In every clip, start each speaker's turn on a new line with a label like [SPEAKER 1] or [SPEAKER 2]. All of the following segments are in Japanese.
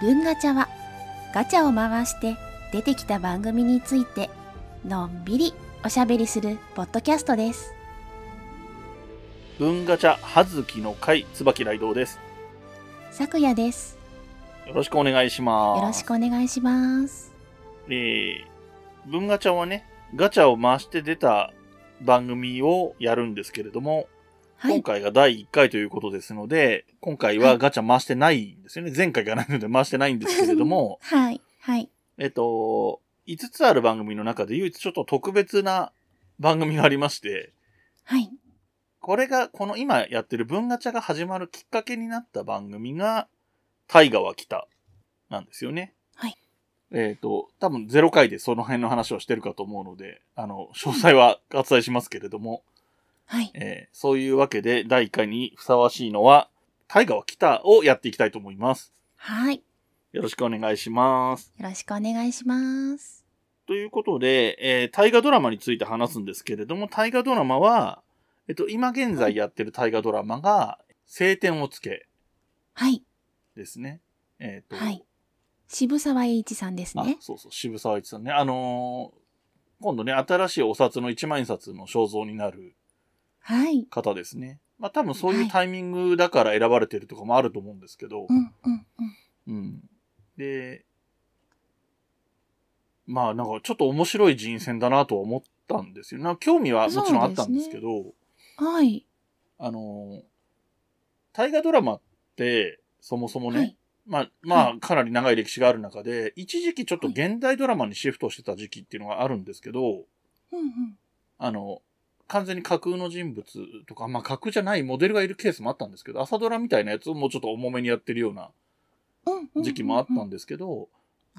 [SPEAKER 1] 文ガチャはガチャを回して出てきた番組についてのんびりおしゃべりするポッドキャストです。
[SPEAKER 2] 文ガチャはずきの会椿雷道です。
[SPEAKER 1] さくやです。
[SPEAKER 2] よろしくお願いします。
[SPEAKER 1] よろしくお願いします。
[SPEAKER 2] えー、文ガチャはね、ガチャを回して出た番組をやるんですけれども、
[SPEAKER 1] はい、
[SPEAKER 2] 今。回が第1回ということですので、今回はガチャ回してないんですよね。前回がないので 回してないんですけれども
[SPEAKER 1] はい。はい。
[SPEAKER 2] えっと、5つある番組の中で唯一ちょっと特別な番組がありまして、
[SPEAKER 1] はい。
[SPEAKER 2] これが、この今やってる文ガチャが始まるきっかけになった番組が、大河は来た、なんですよね。
[SPEAKER 1] はい。
[SPEAKER 2] えっ、と、多分ゼロ回でその辺の話をしてるかと思うので、あの、詳細は割愛しますけれども、
[SPEAKER 1] はい。
[SPEAKER 2] えーそういうわけで第1回にふさわしいのは、大河は来たをやっていきたいと思います。
[SPEAKER 1] はい。よ
[SPEAKER 2] よろしくお願いします。
[SPEAKER 1] ろしくお願いします。
[SPEAKER 2] ということで、えー、大河ドラマについて話すんですけれども、大河ドラマは、えっと、今現在やってる大河ドラマが、晴天をつけ、
[SPEAKER 1] はい。
[SPEAKER 2] ですね。えっ、と、
[SPEAKER 1] はい。渋沢栄一さんです
[SPEAKER 2] あ
[SPEAKER 1] ね。
[SPEAKER 2] そうそう、渋沢栄一さんね。あのー今度ね、新しいお札の一万円札の肖像になる
[SPEAKER 1] はい。
[SPEAKER 2] 方ですね。まあ多分そういうタイミングだから選ばれてるとかもあると思うんですけど、
[SPEAKER 1] うんうんうん。
[SPEAKER 2] うん。で、まあなんかちょっと面白い人選だなとは思ったんですよ。なんか興味はもちろんあったんですけど、
[SPEAKER 1] はい。
[SPEAKER 2] あのー大河ドラマって、そもそもね、
[SPEAKER 1] はい。
[SPEAKER 2] まあ、ま
[SPEAKER 1] は
[SPEAKER 2] あ、かなり長い歴史がある中で、一時期ちょっと
[SPEAKER 1] はい
[SPEAKER 2] 現代ドラマにシフトしてた時期っていうのがあるんですけど、
[SPEAKER 1] うんうん。
[SPEAKER 2] あの、完全に架空の人物とか、まあ架空じゃないモデルがいるケースもあったんですけど、朝ドラみたいなやつをもうちょっと重めにやってるような
[SPEAKER 1] うんうんうん
[SPEAKER 2] 時期もあったんですけど、
[SPEAKER 1] はい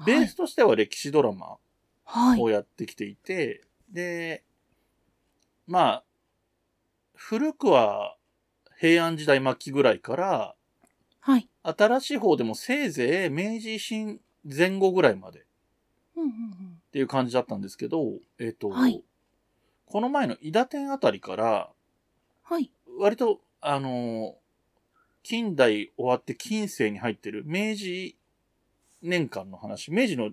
[SPEAKER 2] ベースとしては歴史ドラマ
[SPEAKER 1] はい。
[SPEAKER 2] をやってきていて、で、まあ、古くは平安時代末期ぐらいから、
[SPEAKER 1] はい。
[SPEAKER 2] 新しい方でもせいぜい明治維新前後ぐらいまで、
[SPEAKER 1] うんうんうん。
[SPEAKER 2] っていう感じだったんですけど、えっ、と、
[SPEAKER 1] はい
[SPEAKER 2] この前の伊田店あたりから、
[SPEAKER 1] はい。
[SPEAKER 2] 割と、あのー近代終わって近世に入ってる明治年間の話、明治の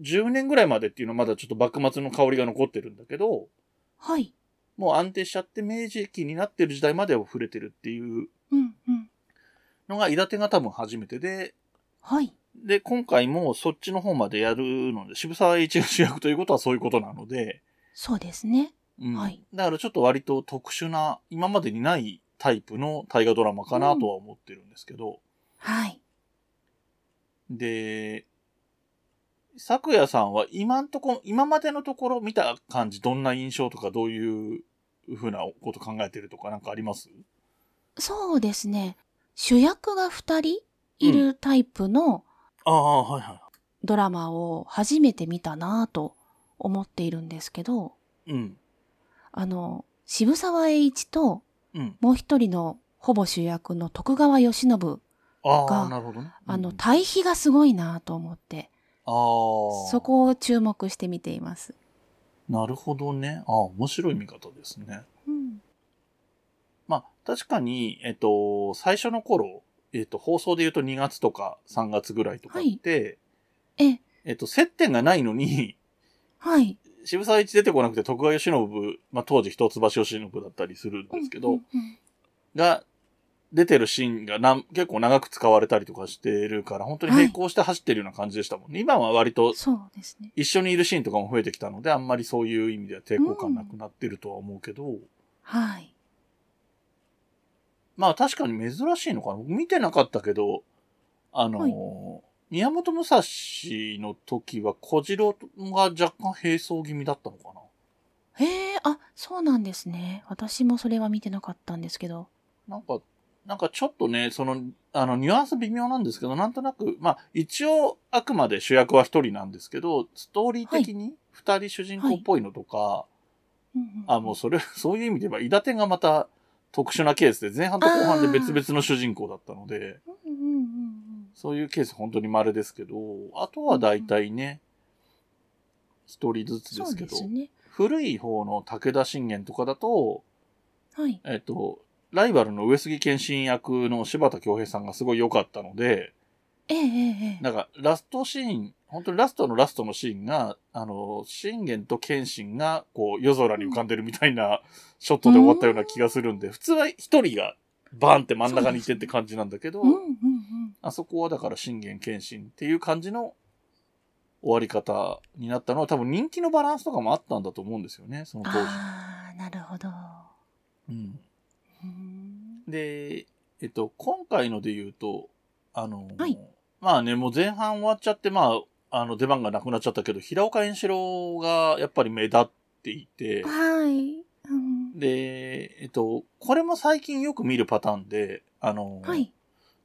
[SPEAKER 2] 10年ぐらいまでっていうのはまだちょっと幕末の香りが残ってるんだけど、
[SPEAKER 1] はい。
[SPEAKER 2] もう安定しちゃって明治期になってる時代までを触れてるっていう
[SPEAKER 1] うんうん。
[SPEAKER 2] のが伊田店が多分初めてで、
[SPEAKER 1] はい。
[SPEAKER 2] で、今回もそっちの方までやるので、渋沢栄一が主役ということはそういうことなので、
[SPEAKER 1] そうですね。
[SPEAKER 2] うん
[SPEAKER 1] はい
[SPEAKER 2] だからちょっと割と特殊な、今までにないタイプの大河ドラマかなとは思ってるんですけど、
[SPEAKER 1] はい。
[SPEAKER 2] で、昨夜さんは今んとこ、今までのところ見た感じ、どんな印象とかどういうふうなこと考えてるとかなんかあります
[SPEAKER 1] そうですね。主役が二人いるタイプの
[SPEAKER 2] ああ、はいは
[SPEAKER 1] ドラマを初めて見たなぁと思っているんですけど、
[SPEAKER 2] い。うん、
[SPEAKER 1] あの、渋沢栄一と
[SPEAKER 2] うん。
[SPEAKER 1] もう一人のほぼ主役の徳川慶喜、
[SPEAKER 2] ああ、
[SPEAKER 1] が
[SPEAKER 2] なるほどね。
[SPEAKER 1] あの、
[SPEAKER 2] うん
[SPEAKER 1] 対比がすごいなぁと思って、
[SPEAKER 2] ああ、
[SPEAKER 1] そ。こを注目して見ています。
[SPEAKER 2] なるほどね。ああ、面白い見方ですね。
[SPEAKER 1] うん。
[SPEAKER 2] まあ、確かに、えっと、最初の頃、えっと、放送で言うと2月とか3月ぐらいとかって、
[SPEAKER 1] え、
[SPEAKER 2] えっと、接点がないのに、
[SPEAKER 1] はい。
[SPEAKER 2] 渋沢栄一出てこなくて徳川慶喜、まあ、当時一橋慶喜だったりするんですけど、
[SPEAKER 1] うんうんうん
[SPEAKER 2] が、出てるシーンがなん結構長く使われたりとかしてるから、本当に並行して走ってるような感じでしたもんね。今は割と
[SPEAKER 1] そうですね。
[SPEAKER 2] 一緒にいるシーンとかも増えてきたので、あんまりそういう意味では抵抗感なくなってるとは思うけど、
[SPEAKER 1] はい。
[SPEAKER 2] まあ確かに珍しいのかな。見てなかったけど、あのー宮本武蔵の時は小次郎が若干並走気味だったのかな。
[SPEAKER 1] へえ、あ、そうなんですね。私もそれは見てなかったんですけど。
[SPEAKER 2] なんか、なんかちょっとね、その、あの、ニュアンス微妙なんですけど、なんとなく、まあ、一応、あくまで主役は一人なんですけど、ストーリー的に二人主人公っぽいのとか、
[SPEAKER 1] うんうん
[SPEAKER 2] あ、もうそれ、そういう意味で言えば、伊達がまた特殊なケースで、前半と後半で別々の主人公だったので、
[SPEAKER 1] うんうんうんうん
[SPEAKER 2] そういうケース本当に稀ですけど、あとは大体ね、一人ずつで
[SPEAKER 1] そう
[SPEAKER 2] すけ
[SPEAKER 1] で
[SPEAKER 2] ど、
[SPEAKER 1] すね。
[SPEAKER 2] 古い方の武田信玄とかだと、
[SPEAKER 1] はい。
[SPEAKER 2] えっと、ライバルの上杉謙信役の柴田恭平さんがすごい良かったので、
[SPEAKER 1] えええええ
[SPEAKER 2] なんか、ラストシーン、本当にラストのラストのシーンが、あの、信玄と謙信が、こう、夜空に浮かんでるみたいなショットで終わったような気がするんで、普通は一人がバーンって真ん中にいてって感じなんだけど
[SPEAKER 1] え。う、んうんうん。
[SPEAKER 2] あそこはだから信玄謙信っていう感じの終わり方になったのは、多分人気のバランスとかもあったんだと思うんですよね、その当時。
[SPEAKER 1] ああ、なるほど。
[SPEAKER 2] うん
[SPEAKER 1] うん
[SPEAKER 2] で、えっと、今回ので言うと、あの、
[SPEAKER 1] はい
[SPEAKER 2] まあね、もう前半終わっちゃって、まあ、あの、出番がなくなっちゃったけど、平岡円四郎がやっぱり目立っていて、
[SPEAKER 1] はい。うん
[SPEAKER 2] で、えっと、これも最近よく見るパターンで、あの、
[SPEAKER 1] はい。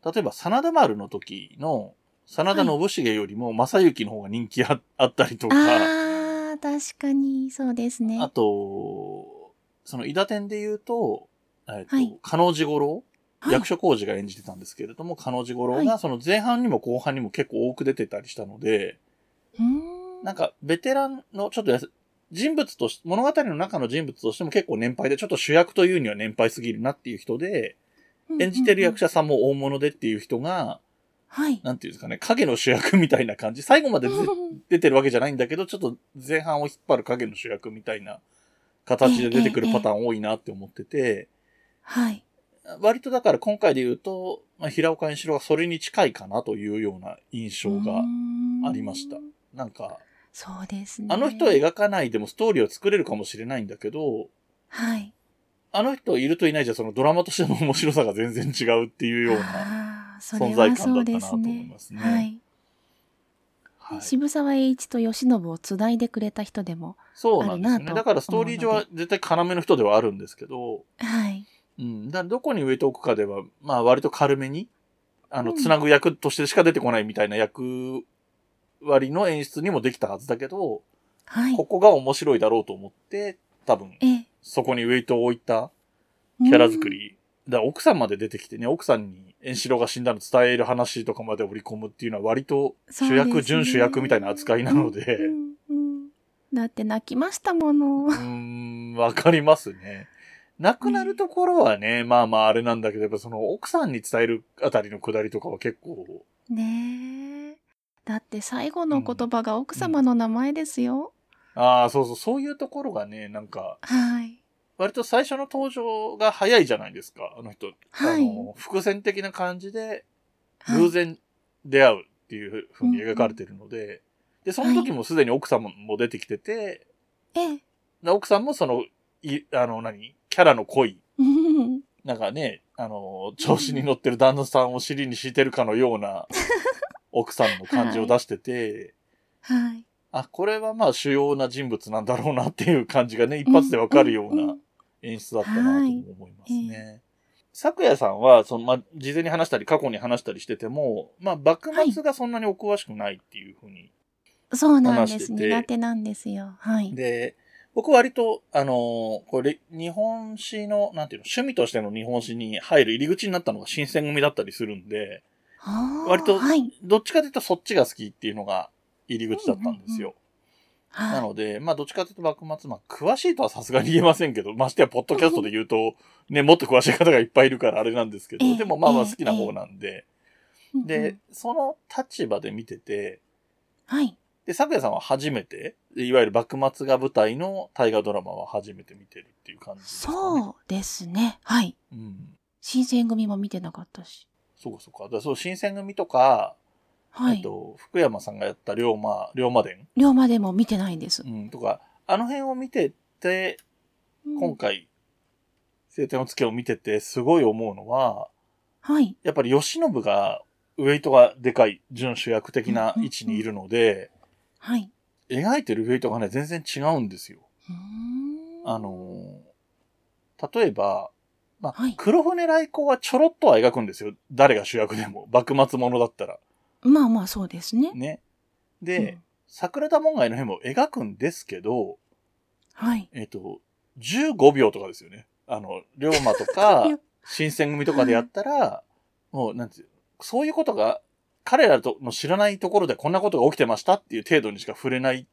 [SPEAKER 2] 例えば、真田丸の時の、真田信繁よりも正幸の方が人気ああったりとか、
[SPEAKER 1] ああ、確かにそうですね。
[SPEAKER 2] あと、その、伊田店で言うと、えっと、
[SPEAKER 1] はい
[SPEAKER 2] 加納治五郎
[SPEAKER 1] はい
[SPEAKER 2] 役所広司が演じてたんですけれども、彼女五郎
[SPEAKER 1] は
[SPEAKER 2] がその前半にも後半にも結構多く出てたりしたので、
[SPEAKER 1] うん
[SPEAKER 2] なんかベテランのちょっとやす人物とし、物語の中の人物としても結構年配で、ちょっと主役というには年配すぎるなっていう人で、演じてる役。者さんも大物でっていう人が、
[SPEAKER 1] うんうんうんはい。
[SPEAKER 2] なんていうんですかね、影の主役みたいな感じ。最後ま で出出てるわけじゃないんだけど、ちょっと前半を引っ張る影の主役みたいな形で出てくるパターン多いなって思ってて、
[SPEAKER 1] はい。
[SPEAKER 2] 割とだから今回で言うと、まあ、平岡円四郎がそれに近いかなというような印象が、ありました
[SPEAKER 1] うん
[SPEAKER 2] なんか、
[SPEAKER 1] そうですね。
[SPEAKER 2] あの人を描かないでもストーリーを作れるかもしれないんだけど、
[SPEAKER 1] はい。
[SPEAKER 2] あの人いるといないじゃそのドラマとしての面白さが全然違うっていうような。
[SPEAKER 1] あーそ
[SPEAKER 2] 存
[SPEAKER 1] れ
[SPEAKER 2] 在
[SPEAKER 1] は
[SPEAKER 2] 感
[SPEAKER 1] そ
[SPEAKER 2] だ
[SPEAKER 1] う
[SPEAKER 2] った
[SPEAKER 1] で
[SPEAKER 2] なと
[SPEAKER 1] す
[SPEAKER 2] 思い
[SPEAKER 1] ね
[SPEAKER 2] ますね
[SPEAKER 1] はい。
[SPEAKER 2] はい、
[SPEAKER 1] 渋沢栄一と慶喜をつないでくれた人でも、
[SPEAKER 2] そうなんですよ
[SPEAKER 1] あるな
[SPEAKER 2] ね。
[SPEAKER 1] と
[SPEAKER 2] だからストーリー上は絶対要の人ではあるんですけど、
[SPEAKER 1] はい。
[SPEAKER 2] うん。だからどこに植えておくかでは、まあ割と軽めに、あの、
[SPEAKER 1] うん
[SPEAKER 2] つなぐ役としてしか出てこないみたいな役割の演出にもできたはずだけど、
[SPEAKER 1] はい
[SPEAKER 2] こ。こが面白いだろうと思って、多分、
[SPEAKER 1] え
[SPEAKER 2] そこにウェイトを置いたキャラ作。り。だから奥さんまで出てきてね、奥さんに円四郎が死んだの伝える話とかまで織り込むっていうのは割と
[SPEAKER 1] そう
[SPEAKER 2] 主
[SPEAKER 1] ですね
[SPEAKER 2] 役、準主役みたいな扱いなので、
[SPEAKER 1] うんうんうんだって泣きましたもの。
[SPEAKER 2] うーん、わかりますね。亡くなるところはね、まあまああれなんだけど、やっぱその奥さんに伝えるあたりのくだりとかは結構、
[SPEAKER 1] ねえ。だって最後の言葉が奥様の名前ですよ。
[SPEAKER 2] ああ、そうそう、そういうところがね、なんか、
[SPEAKER 1] はい。
[SPEAKER 2] 割と最初の登場が早いじゃないですか、あの人。
[SPEAKER 1] はい
[SPEAKER 2] あの、伏線的な感じで、
[SPEAKER 1] はい
[SPEAKER 2] 偶然出会うっていう風に描かれてるので、で、その時もすでに奥さんも出てきてて、
[SPEAKER 1] ええ。
[SPEAKER 2] で奥さんもその、い、あの、何キャラの恋、
[SPEAKER 1] うん
[SPEAKER 2] なんかね、あの、調子に乗ってる旦那さんを尻に敷いてるかのよ うな奥さんの感じを出してて、
[SPEAKER 1] はい。
[SPEAKER 2] あ、これはまあ主要な人物なんだろうなっていう感じがね、一発でわかるよう
[SPEAKER 1] うん
[SPEAKER 2] な
[SPEAKER 1] うん
[SPEAKER 2] 演出だったなと
[SPEAKER 1] はい
[SPEAKER 2] も思います
[SPEAKER 1] え
[SPEAKER 2] ね。昨夜さんは、その、まあ、事前に話したり、過去に話したりしてても、まあ、幕末がそんなにお詳しくないっていうふうに。
[SPEAKER 1] うんそうなんです。
[SPEAKER 2] 話してて
[SPEAKER 1] 苦手なんですよ。はい。
[SPEAKER 2] で、僕割と、あのーこれ、日本史の、なんていうの、趣味としての日本史に入る入り口になったのが新選組だったりするんで、
[SPEAKER 1] あー
[SPEAKER 2] 割と
[SPEAKER 1] はい。
[SPEAKER 2] どっちかというとそっちが好きっていうのが入り口だったんですよ。な
[SPEAKER 1] は
[SPEAKER 2] ので、まあ、どっちかというと幕末、まあ、詳しいとはさすがに言えませんけど、ましてや、ポッドキャストで言 うと、ね、もっと詳しい方がいっぱいいるからあれなんですけ
[SPEAKER 1] え
[SPEAKER 2] ど、
[SPEAKER 1] え
[SPEAKER 2] でもまあまあ好きな方なんで、
[SPEAKER 1] い。
[SPEAKER 2] で、、その立場で見てて、
[SPEAKER 1] はい。
[SPEAKER 2] で、桜さんは初めて、いわゆる幕末が舞台の大河ドラマは初めて見てるっていう感じですか、ね。
[SPEAKER 1] そうですね。はい。
[SPEAKER 2] う。うん。
[SPEAKER 1] 新選組も見てなかったし。
[SPEAKER 2] そうかそうか。だからそう、新選組とか、
[SPEAKER 1] は
[SPEAKER 2] えっ
[SPEAKER 1] い。
[SPEAKER 2] と、福山さんがやった龍馬、龍馬伝、
[SPEAKER 1] 龍馬でも見てないんです
[SPEAKER 2] う。ん、とか、あの辺を見てて、今回、晴天の月を見てて、すごい思うのは、
[SPEAKER 1] うんはい。
[SPEAKER 2] やっぱり吉信が、ウェイトがでかい、準主役的な位置にいるので、
[SPEAKER 1] はい。
[SPEAKER 2] 描いてるウェイトがね、全然違うんですよ。
[SPEAKER 1] うーん
[SPEAKER 2] あ、のー例えば、まあ、
[SPEAKER 1] はい
[SPEAKER 2] 黒船来航はちょろっとは描くんですよ。誰が主役でも。幕末ものだったら。
[SPEAKER 1] まあまあそうですね。
[SPEAKER 2] ね。
[SPEAKER 1] う
[SPEAKER 2] で、
[SPEAKER 1] ん
[SPEAKER 2] 桜田門外の辺も描くんですけど、
[SPEAKER 1] はい。
[SPEAKER 2] えっ、と、15秒とかですよね。あの、龍馬と か
[SPEAKER 1] いや、
[SPEAKER 2] 新選組とかでやったら、もう、なんていう、そういうことが、彼らとの知らないところでこんなことが起きてましたっていう程度にしか触れない。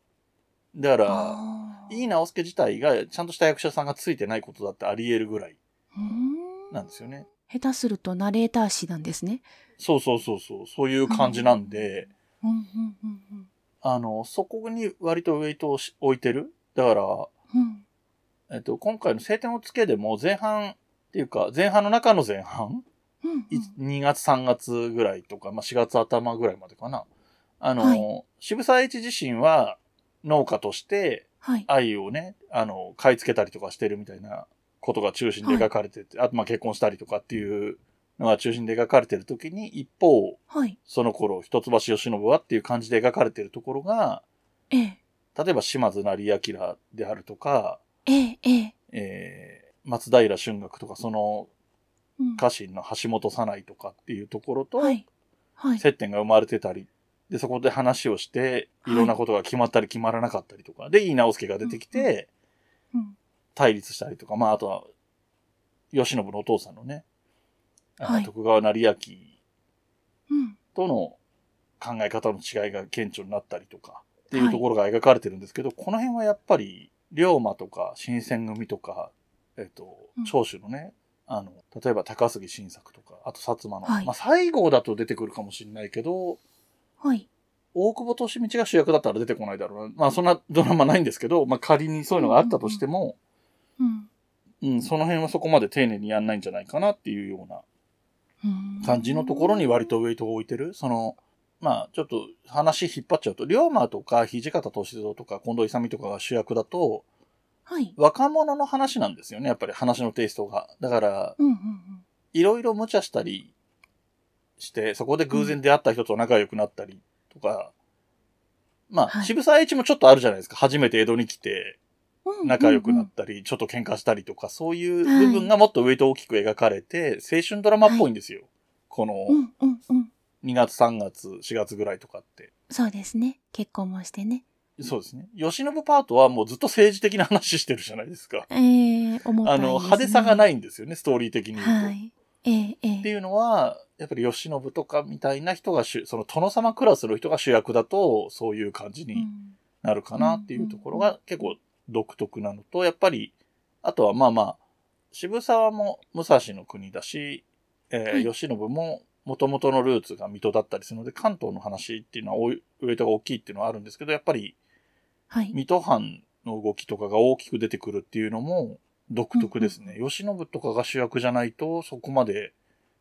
[SPEAKER 2] だから、
[SPEAKER 1] あー
[SPEAKER 2] いい直輔自体がちゃんとした役者さんがついてないことだってあり得るぐらいう
[SPEAKER 1] ーん
[SPEAKER 2] なんですよね。
[SPEAKER 1] 下手するとナレーター誌なんですね。
[SPEAKER 2] そうそうそうそう、そういう感じなんで、
[SPEAKER 1] うんうんうんうん
[SPEAKER 2] あの、そこに割とウェイトをし置いてる。だから、
[SPEAKER 1] うん
[SPEAKER 2] えっと、今回の晴天をつけでも前半っていうか、前半の中の前半、
[SPEAKER 1] うん
[SPEAKER 2] い2月3月ぐらいとか、まあ、4月頭ぐらいまでかな。あの、
[SPEAKER 1] は
[SPEAKER 2] 渋沢栄一自身は農家として
[SPEAKER 1] はい。
[SPEAKER 2] 愛をね、あの、買い付けたりとかしてるみたいなことが中心で描かれてて、あとまあ結婚したりとかっていうのが中心で描かれてる時に、一方、
[SPEAKER 1] はい。
[SPEAKER 2] その頃、一橋慶喜はっていう感じで描かれてるところが、
[SPEAKER 1] ええ。
[SPEAKER 2] 例えば島津成明であるとか、
[SPEAKER 1] ええ。ええ。
[SPEAKER 2] えー松平春岳とか、その
[SPEAKER 1] うん
[SPEAKER 2] 家臣の橋本早苗とかっていうところと、
[SPEAKER 1] はい。はい。
[SPEAKER 2] 接点が生まれてたり、で、そこで話をして、
[SPEAKER 1] はい
[SPEAKER 2] いろんなことが決まったり決まらなかったりとか、で、井伊直輔が出てき
[SPEAKER 1] うんう
[SPEAKER 2] て、
[SPEAKER 1] うん
[SPEAKER 2] 対立したりとか、まあ、あとは、慶喜のお父さんのね、あの
[SPEAKER 1] はい
[SPEAKER 2] 徳川成明
[SPEAKER 1] うん。
[SPEAKER 2] との考え方の違いが顕著になったりとか、っていうところが描かれてるんですけど、この辺はやっぱり、龍馬とか、新選組とか、えっと
[SPEAKER 1] うん、
[SPEAKER 2] 長州のね、あの、例えば高杉晋作とか、あと薩摩の、
[SPEAKER 1] はい
[SPEAKER 2] まあ、西郷だと出てくるかもしれないけど、
[SPEAKER 1] はい。
[SPEAKER 2] 大久保利通が主役だったら出てこないだろうな。まあそんなドラマないんですけど、まあ仮にそういうのがあったとしても、
[SPEAKER 1] うん。
[SPEAKER 2] うんその辺はそこまで丁寧にやんないんじゃないかなっていうような
[SPEAKER 1] うん
[SPEAKER 2] 感じのところに割。とウェイトを置いてる。その、まあちょっと話引っ張っちゃうと、龍馬とか土方歳三とか近藤勇とかが主役だと、
[SPEAKER 1] はい。
[SPEAKER 2] 若者の話なんですよね、やっぱり話のテイストが。だから、
[SPEAKER 1] うんうんうん。
[SPEAKER 2] いろいろ無茶したりして、そこで偶然出会った人と仲良くなったりとか、まあ、
[SPEAKER 1] はい
[SPEAKER 2] 渋沢栄一もちょっとあるじゃないですか。初めて江戸に来て
[SPEAKER 1] うんうんうん
[SPEAKER 2] 仲良くなっ。たり、ちょっと喧嘩したりとか、そういう部分がもっとウェイト大きく描かれて、青春ドラマっぽいんですよ。こ
[SPEAKER 1] う
[SPEAKER 2] の
[SPEAKER 1] んうんうん。
[SPEAKER 2] 2月3月4月ぐらいとかって。
[SPEAKER 1] そうですね。結婚もしてね。
[SPEAKER 2] そうですね。吉信パートはもうずっと政治的な話してるじゃないですか。
[SPEAKER 1] ええ、重たい
[SPEAKER 2] あ
[SPEAKER 1] ですね。。
[SPEAKER 2] の、派手さがないいんですよね、ストーリー的に言うと。
[SPEAKER 1] はい。ええ。え
[SPEAKER 2] って
[SPEAKER 1] え。
[SPEAKER 2] いうのは、やっぱり慶喜とかみたいな人が主、その殿様クラスの人が主役だと、そういう感じ
[SPEAKER 1] う
[SPEAKER 2] に
[SPEAKER 1] ん
[SPEAKER 2] なるかなっていうところ
[SPEAKER 1] うんう
[SPEAKER 2] が結構独特なのと、やっぱり、あとはまあまあ、渋沢も武蔵の国だし、え
[SPEAKER 1] はい
[SPEAKER 2] ー、慶喜も元々のルーツが水戸だったりするので、関東の話っていうのは多い、ウェイトが大きいっていうのはあるんですけど、やっぱり
[SPEAKER 1] はい。
[SPEAKER 2] 水戸藩の動きとかが大きく出てくるっていうのも独特ですね。慶喜とかが主役じゃないと、そこまで、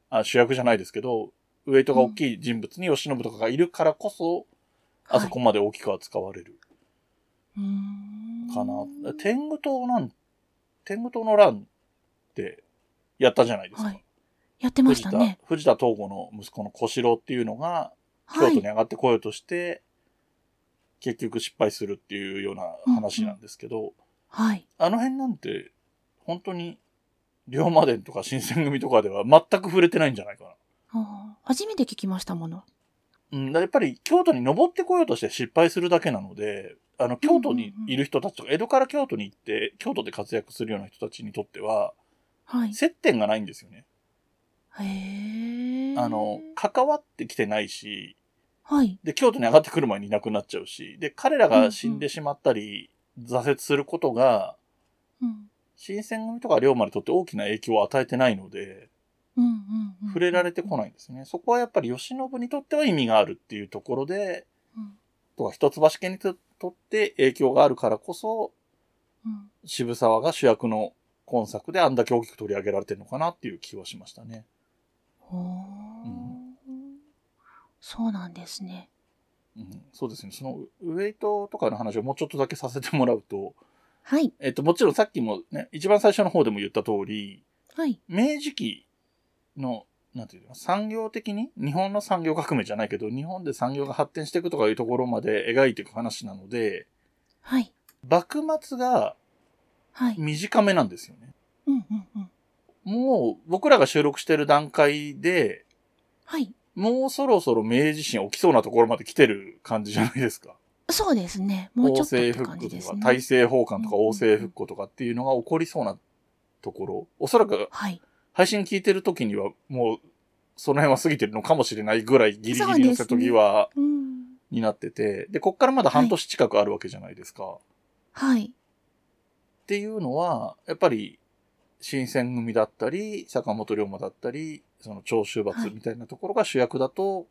[SPEAKER 2] あ主役じゃないですけど、ウェイトが大きい人物に慶喜とかがいるからこそ、あそこまで大きく扱われるかな。
[SPEAKER 1] はい
[SPEAKER 2] 天狗党なん、天狗党の乱ってやったじゃないですか。
[SPEAKER 1] はい。やってまし
[SPEAKER 2] 藤
[SPEAKER 1] た
[SPEAKER 2] 田、
[SPEAKER 1] ね。
[SPEAKER 2] 藤田東郷の息子の小四郎っていうのが、京
[SPEAKER 1] は
[SPEAKER 2] 都
[SPEAKER 1] い
[SPEAKER 2] に。上がってこようとして、結局失敗するっていうような話なんですけど、
[SPEAKER 1] はい。
[SPEAKER 2] あの辺なんて、本当に、龍馬伝とか新選組とかでは全く触れてないんじゃないか
[SPEAKER 1] あー初めて聞きましたもの。
[SPEAKER 2] な。うん、だからやっぱり京都に登ってこようとして失敗するだけなので、あの、京都にいる人たちとか、江戸から京都に行って、京都で活躍するような人たちにとっては、
[SPEAKER 1] はい。
[SPEAKER 2] 接点がないんですよね。
[SPEAKER 1] へえ。
[SPEAKER 2] あの、関わってきてないし、
[SPEAKER 1] はい。
[SPEAKER 2] で、京都に上がってくる前にいなくなっちゃうし、で、彼らが死んでしまったり、挫折することが、
[SPEAKER 1] うん。
[SPEAKER 2] 新選組とか龍馬にとって大きな影響を与えてないので、
[SPEAKER 1] うんうんうん。
[SPEAKER 2] 触れられてこないんですね。そこはやっぱり慶喜にとっては意味があるっていうところで、
[SPEAKER 1] うん
[SPEAKER 2] とか一橋家にととって影響があるからこそ、
[SPEAKER 1] うん。
[SPEAKER 2] 渋沢が主役の今作であんだけ大きく取り上げられてるのかなっていう気はしましたね。
[SPEAKER 1] ほーそうなんですね。
[SPEAKER 2] うん、そうですね。そのウェイトとかの話をもうちょっとだけさせてもらうと、
[SPEAKER 1] はい。
[SPEAKER 2] えっと、もちろんさっきもね、一番最初の方でも言った通り、
[SPEAKER 1] はい。
[SPEAKER 2] 明治期の、なんていうの、産業的に、日本の産業革命じゃないけど、日本で産業が発展していくとかいうところまで描いていく話なので、
[SPEAKER 1] はい。
[SPEAKER 2] 幕末が
[SPEAKER 1] はい。
[SPEAKER 2] 短めなんですよね。
[SPEAKER 1] うんうんうん。
[SPEAKER 2] もう僕らが収録してる段階で、
[SPEAKER 1] はい。
[SPEAKER 2] もうそろそろ明治神起きそうなところまで来てる感じじゃないですか。
[SPEAKER 1] そうですね。もうちょっとって感
[SPEAKER 2] 王
[SPEAKER 1] じで
[SPEAKER 2] 政復
[SPEAKER 1] す
[SPEAKER 2] 古と
[SPEAKER 1] ね。
[SPEAKER 2] か、大政奉還とか
[SPEAKER 1] うん
[SPEAKER 2] 王政復古とかっていうのが起こりそうなところ。おそらく
[SPEAKER 1] はい。
[SPEAKER 2] 配信聞いてる時にはもうその辺は過ぎてるのかもしれないぐらいギリギリの瀬戸際
[SPEAKER 1] うん。
[SPEAKER 2] になってて、で、こっからまだ半年近くあるわけじゃないですか。
[SPEAKER 1] はい。
[SPEAKER 2] っていうのは、やっぱり、新選組だったり、坂本龍馬だったり、その長州罰みたいなところが主役だと、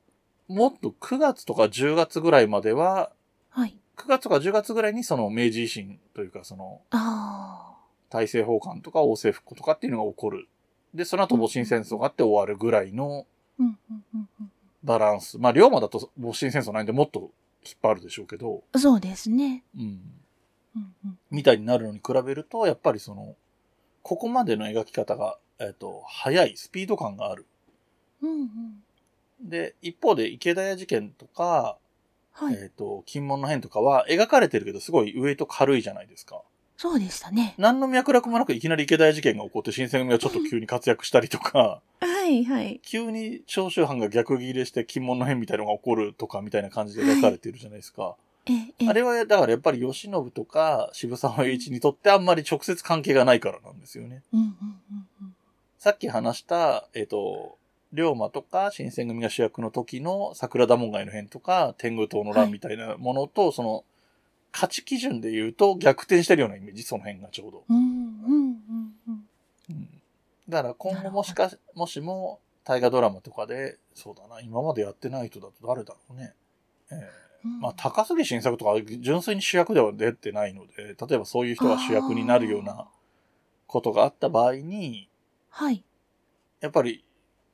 [SPEAKER 2] もっと9月とか10月ぐらいまでは、
[SPEAKER 1] はい。
[SPEAKER 2] 9月とか10月ぐらいにその明治維新というかその
[SPEAKER 1] あ
[SPEAKER 2] 大政奉還とか王政復古とかっていうのが起こる。で、その後戊辰戦争があって終わるぐらいの
[SPEAKER 1] あ。うん、うん、うん、
[SPEAKER 2] バランス。まあ、龍馬だと戊辰戦争ないんでもっと引っ張るでしょうけど、
[SPEAKER 1] うん。そうですね。
[SPEAKER 2] うん。
[SPEAKER 1] うん、うん。
[SPEAKER 2] みたいになるのに比べると、やっぱりその、ここまでの描き方が、えっ、と、速い、スピード感がある。
[SPEAKER 1] うん、うん。
[SPEAKER 2] で、一方で池田屋事件とか、
[SPEAKER 1] はい。
[SPEAKER 2] えっ、と、金門の変とかは描かれてるけど、すごいウエイト軽いじゃないですか。
[SPEAKER 1] そうでしたね。
[SPEAKER 2] 何の脈絡もなくいきなり池田屋事件が起こって、新選組がちょっと急に活躍したり とか、
[SPEAKER 1] はい、はい。
[SPEAKER 2] 急に長州藩が逆ギレして金門の変みたいのが起こるとかみたいな感じで描かれてるじゃないですか。
[SPEAKER 1] え、え、
[SPEAKER 2] あれは、だからやっぱり慶喜とか渋沢栄一にとってあんまり直接関係がないからなんですよね。
[SPEAKER 1] うん、うん、うん、うん。
[SPEAKER 2] さっき話した、えっ、と、龍馬とか新選組が主役の時の桜田門外の変とか天狗党の乱みたいなものと、その価値基準で言うと逆転してるようなイメージ、その辺がちょうど。
[SPEAKER 1] うん、うん、うん、うん。
[SPEAKER 2] うんだから今後もしか、もしも大河ドラマとかで、そうだな、今までやってない人だと誰だろうね。えー
[SPEAKER 1] うん
[SPEAKER 2] まあ、高杉晋作とか純粋に主役では出てないので、例えばそういう人が主役になるようなことがあった場合に、
[SPEAKER 1] はい。
[SPEAKER 2] やっぱり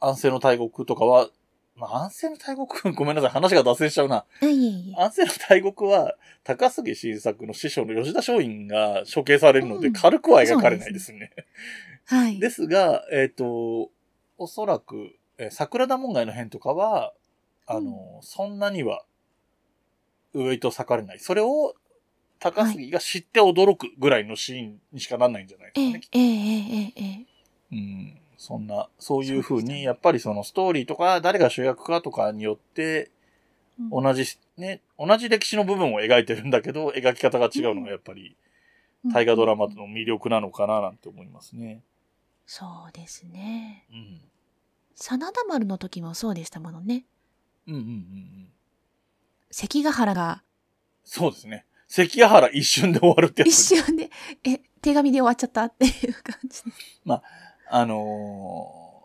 [SPEAKER 2] 安政の大国とかは、まあ、安政の大国、ご めんなさい、話が脱線しちゃうな。
[SPEAKER 1] あいえいえ。
[SPEAKER 2] 安政の大国は、高杉晋作の師匠の吉田松陰が処刑されるので、
[SPEAKER 1] うん
[SPEAKER 2] 軽くは描かれないですね。
[SPEAKER 1] はい。
[SPEAKER 2] ですが、えっ、と、おそらく、えー桜田門外の変とかは、あの、そんなには、ウエイト割かれない。それを、高杉が知って驚くぐらいのシーンにしかなんないんじゃないで
[SPEAKER 1] え
[SPEAKER 2] す
[SPEAKER 1] え
[SPEAKER 2] かね。、
[SPEAKER 1] ええ、ええ、ええ。
[SPEAKER 2] うん。そんな、そういう風
[SPEAKER 1] そうですね
[SPEAKER 2] に、やっぱりそのストーリーとか、誰が主役かとかによって、
[SPEAKER 1] うん
[SPEAKER 2] 同じ、ね、同じ歴史の部分を描いてるんだけど、描き方が違うのがやっぱり、大河ドラマ
[SPEAKER 1] うん
[SPEAKER 2] の魅力なのかななんて思いますね。
[SPEAKER 1] そうですね。
[SPEAKER 2] うん。
[SPEAKER 1] 真田丸の時もそうでしたものね。
[SPEAKER 2] うんうんうんうん。
[SPEAKER 1] 関ヶ原が
[SPEAKER 2] そうですね。関ヶ原一瞬で終わるってやつ。
[SPEAKER 1] 一瞬で、え、手紙で終わっちゃったっていう感じで。
[SPEAKER 2] あの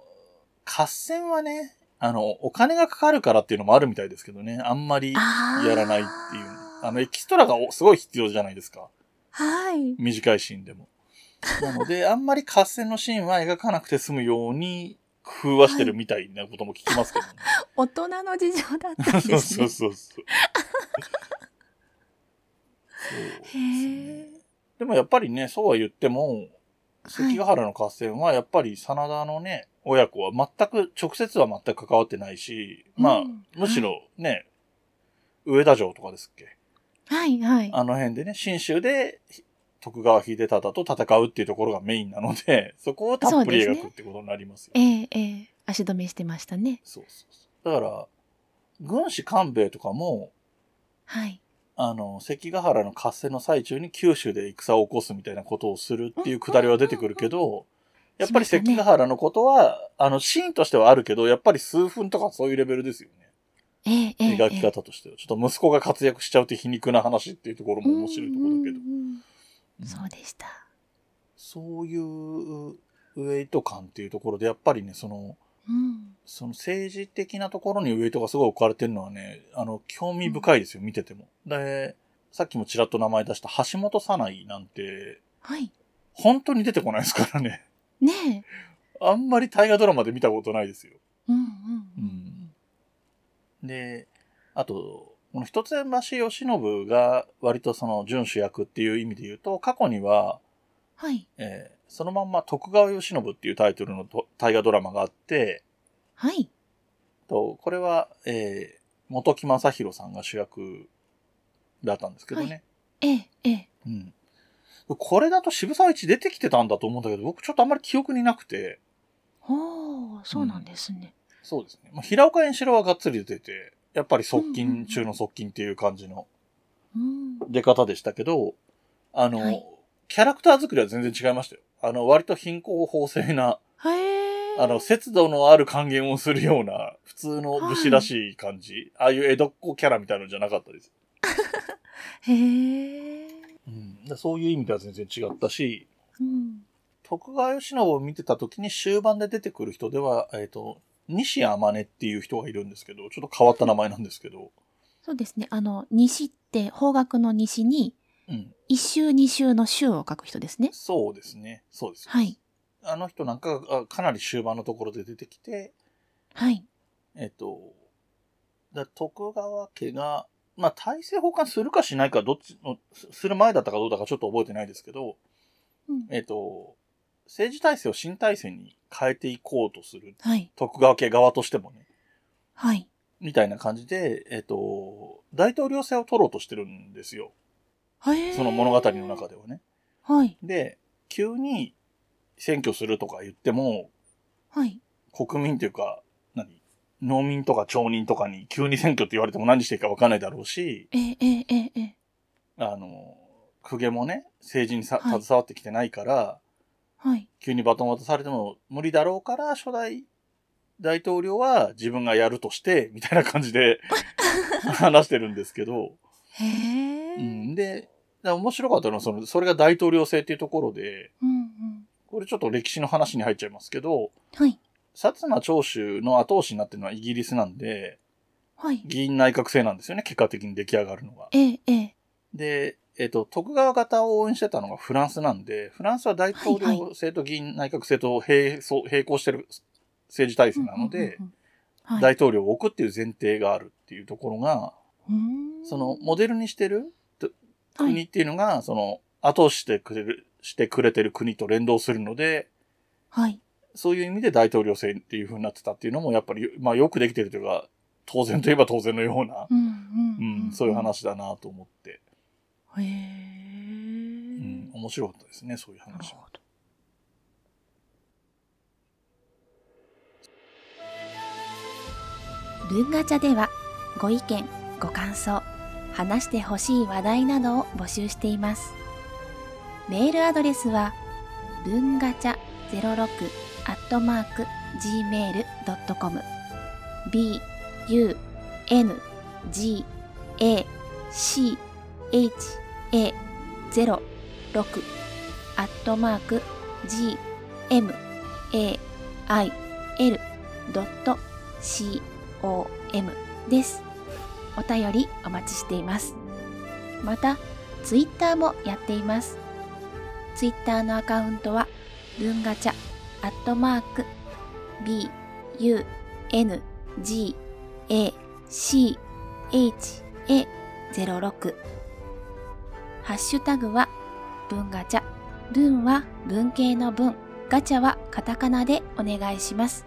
[SPEAKER 2] ー合戦はね、あの、お金がかかるからっていうのもあるみたいですけどね、あんまりや
[SPEAKER 1] あー
[SPEAKER 2] らないっていう。あの、エキストラがおすごい必要じゃないですか。
[SPEAKER 1] はい。
[SPEAKER 2] 短いシーンでも。なので、あんまり合戦のシーンは描かなくて済むように工夫はしてるみたいなことも聞きますけどね。
[SPEAKER 1] 大人の事情だったん
[SPEAKER 2] そう
[SPEAKER 1] です
[SPEAKER 2] そ
[SPEAKER 1] ね
[SPEAKER 2] う。そうそう。そうです
[SPEAKER 1] へ
[SPEAKER 2] ね
[SPEAKER 1] え。
[SPEAKER 2] でもやっぱりね、そうは言っても、関ヶ原の合戦はやっぱり真田のね、親子は全く、直接は全く関わってないし、まあ、
[SPEAKER 1] うん
[SPEAKER 2] むしろね、上田城とかですっけ
[SPEAKER 1] はい、はい。
[SPEAKER 2] あの辺でね、信州で徳川秀忠と戦うっていうところがメインなので、 そこをたっぷり
[SPEAKER 1] そうです
[SPEAKER 2] 描く
[SPEAKER 1] ね
[SPEAKER 2] ってことになりますよ。
[SPEAKER 1] ええ、ええ。足止めしてましたね。
[SPEAKER 2] そうそうそう。だから、軍師官兵衛とかも、
[SPEAKER 1] はい。
[SPEAKER 2] あの、関ヶ原の合戦の最中に九州で戦を起こすみたいなことをするっていうくだりは出てくるけど、やっぱり
[SPEAKER 1] しました
[SPEAKER 2] 関
[SPEAKER 1] ね
[SPEAKER 2] ヶ原のことは、あの、シーンとしてはあるけど、やっぱり数分とかそういうレベルですよ
[SPEAKER 1] ええ、ええ。
[SPEAKER 2] ね。描き方としては。ちょっと息子が活躍しちゃうって皮肉な話っていうところも面白いところだけど
[SPEAKER 1] うん。うんうん
[SPEAKER 2] うん
[SPEAKER 1] そうでした。
[SPEAKER 2] そういうウェイト感っていうところで、やっぱりね、その、
[SPEAKER 1] うん。
[SPEAKER 2] その政治的なところにウェイトがすごい置かれてるのはね、あの、興味深いですよ、見てても。で、さっきもちらっと名前出した橋本さないなんて、
[SPEAKER 1] はい。
[SPEAKER 2] 本当に出てこないですからね。
[SPEAKER 1] ねえ。
[SPEAKER 2] あんまり大河ドラマで見たことないですよ。
[SPEAKER 1] うん、うん
[SPEAKER 2] で、あと、この一橋慶喜が割とその準主役っていう意味で言うと、過去には、
[SPEAKER 1] はい。
[SPEAKER 2] えーそのまんま徳川慶喜っていうタイトルのと大河ドラマがあって、
[SPEAKER 1] はい。
[SPEAKER 2] とこれは、えー本木正宏さんが主役だったんですけどね。
[SPEAKER 1] ええ、ええ。
[SPEAKER 2] うん。これだと渋沢栄一出てきてたんだと思うんだけど、僕ちょっとあんまり記憶になくて、
[SPEAKER 1] おー、そうなんですね。
[SPEAKER 2] そうですね。まあ、平岡円四郎はがっつり出てて、やっぱり側近中の側近っていう感じの
[SPEAKER 1] うん。
[SPEAKER 2] 出方でしたけど、あの、
[SPEAKER 1] はい
[SPEAKER 2] キャラクター作りは全然違いましたよ。あの、割と貧困法制な、
[SPEAKER 1] へえ。
[SPEAKER 2] あの、節度のある還元をするような、普通の武士らしい感じ、ああいう江戸っ子キャラみたいなのじゃなかったです。
[SPEAKER 1] へえ。
[SPEAKER 2] うん、だそういう意味では全然違ったし、徳川慶喜を見てた時に終盤で出てくる人では、えっ、と、西天音っていう人がいるんですけど、ちょっと変わった名前なんですけど、
[SPEAKER 1] そうですね。あの、西って、方角の西に、
[SPEAKER 2] うん。
[SPEAKER 1] 一周二周の周を書く人ですね。
[SPEAKER 2] そうですね。そうです。
[SPEAKER 1] はい。
[SPEAKER 2] あの人なんかがかなり終盤のところで出てきて、
[SPEAKER 1] はい。
[SPEAKER 2] えっ、と、だ徳川家が、まあ、大政奉還するかしないか、どっちの、すする前だったかどうだかちょっと覚えてないですけど、
[SPEAKER 1] うん
[SPEAKER 2] えっ、と、政治体制を新体制に変えていこうとする、
[SPEAKER 1] はい。
[SPEAKER 2] 徳川家側としてもね、
[SPEAKER 1] はい。
[SPEAKER 2] みたいな感じで、えっ、と、大統領制を取ろうとしてるんですよ。
[SPEAKER 1] はい。
[SPEAKER 2] その物語の中
[SPEAKER 1] で。
[SPEAKER 2] ではね。
[SPEAKER 1] はい。
[SPEAKER 2] で、急に選挙するとか言っても、
[SPEAKER 1] はい。
[SPEAKER 2] 国民というか、何農民とか町人とかに急に選挙って言われても何していいか分かんないだろうし、
[SPEAKER 1] えー、えー、えー、えー
[SPEAKER 2] あの、公家もね、政治にさ、
[SPEAKER 1] はい
[SPEAKER 2] 携わってきてないから、
[SPEAKER 1] はい。
[SPEAKER 2] 急にバトン渡されても無理だろうから、初代大統領は自分がやるとして、みたいな感じ で話してるんですけど、
[SPEAKER 1] へえ。
[SPEAKER 2] う
[SPEAKER 1] うん
[SPEAKER 2] ん、で、だから面白かったのは、その、それが大統領制っていうところで、
[SPEAKER 1] うん。
[SPEAKER 2] これちょっと歴史の話に入っちゃいますけど、
[SPEAKER 1] はい。
[SPEAKER 2] 薩摩長州の後押しになってるのはイギリスなんで、
[SPEAKER 1] はい。
[SPEAKER 2] 議員内閣制なんですよね、結果的に出来上がるのが。
[SPEAKER 1] えー、えー
[SPEAKER 2] で、えっ、と、徳川方を応援してたのがフランスなんで、フランスは大統
[SPEAKER 1] はいは
[SPEAKER 2] 領制と議員内閣制と並走並行してる政治体制なので、
[SPEAKER 1] うんうんうんうんはい。
[SPEAKER 2] 大統領を置くっていう前提があるっていうところが、
[SPEAKER 1] うーん
[SPEAKER 2] その、モデルにしてる
[SPEAKER 1] はい
[SPEAKER 2] 国っていうのが、その、後押ししてくれる、してくれてる国と連動するので、
[SPEAKER 1] はい。
[SPEAKER 2] そういう意味で大統領制っていう風になってたっていうのも、やっぱり、まあよくできてるというか、当然といえば当然のような、
[SPEAKER 1] うん
[SPEAKER 2] う
[SPEAKER 1] うん。
[SPEAKER 2] ん、そういう。話だなと思って、
[SPEAKER 1] へえ。
[SPEAKER 2] うん、面白かったですね、そういう
[SPEAKER 1] なる
[SPEAKER 2] 話も。
[SPEAKER 1] ほど。文ガチャではご意見、ご感想、話してほしい話題などを募集しています。メールアドレスは文ガチャ06アットマーク gmail.com b u n g a c h a 06アットマーク gmail.com です。お便りお待ちしています。また、ツイッターもやっています。ツイッターのアカウントは、文ガチャ、アットマーク、b, u, n, g, a, c, h, a, 06。ハッシュタグは、文ガチャ。文は文系の文、ガチャはカタカナでお願いします。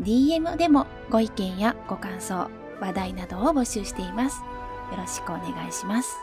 [SPEAKER 1] DM でもご意見やご感想、話題などを募集しています。よろしくお願いします。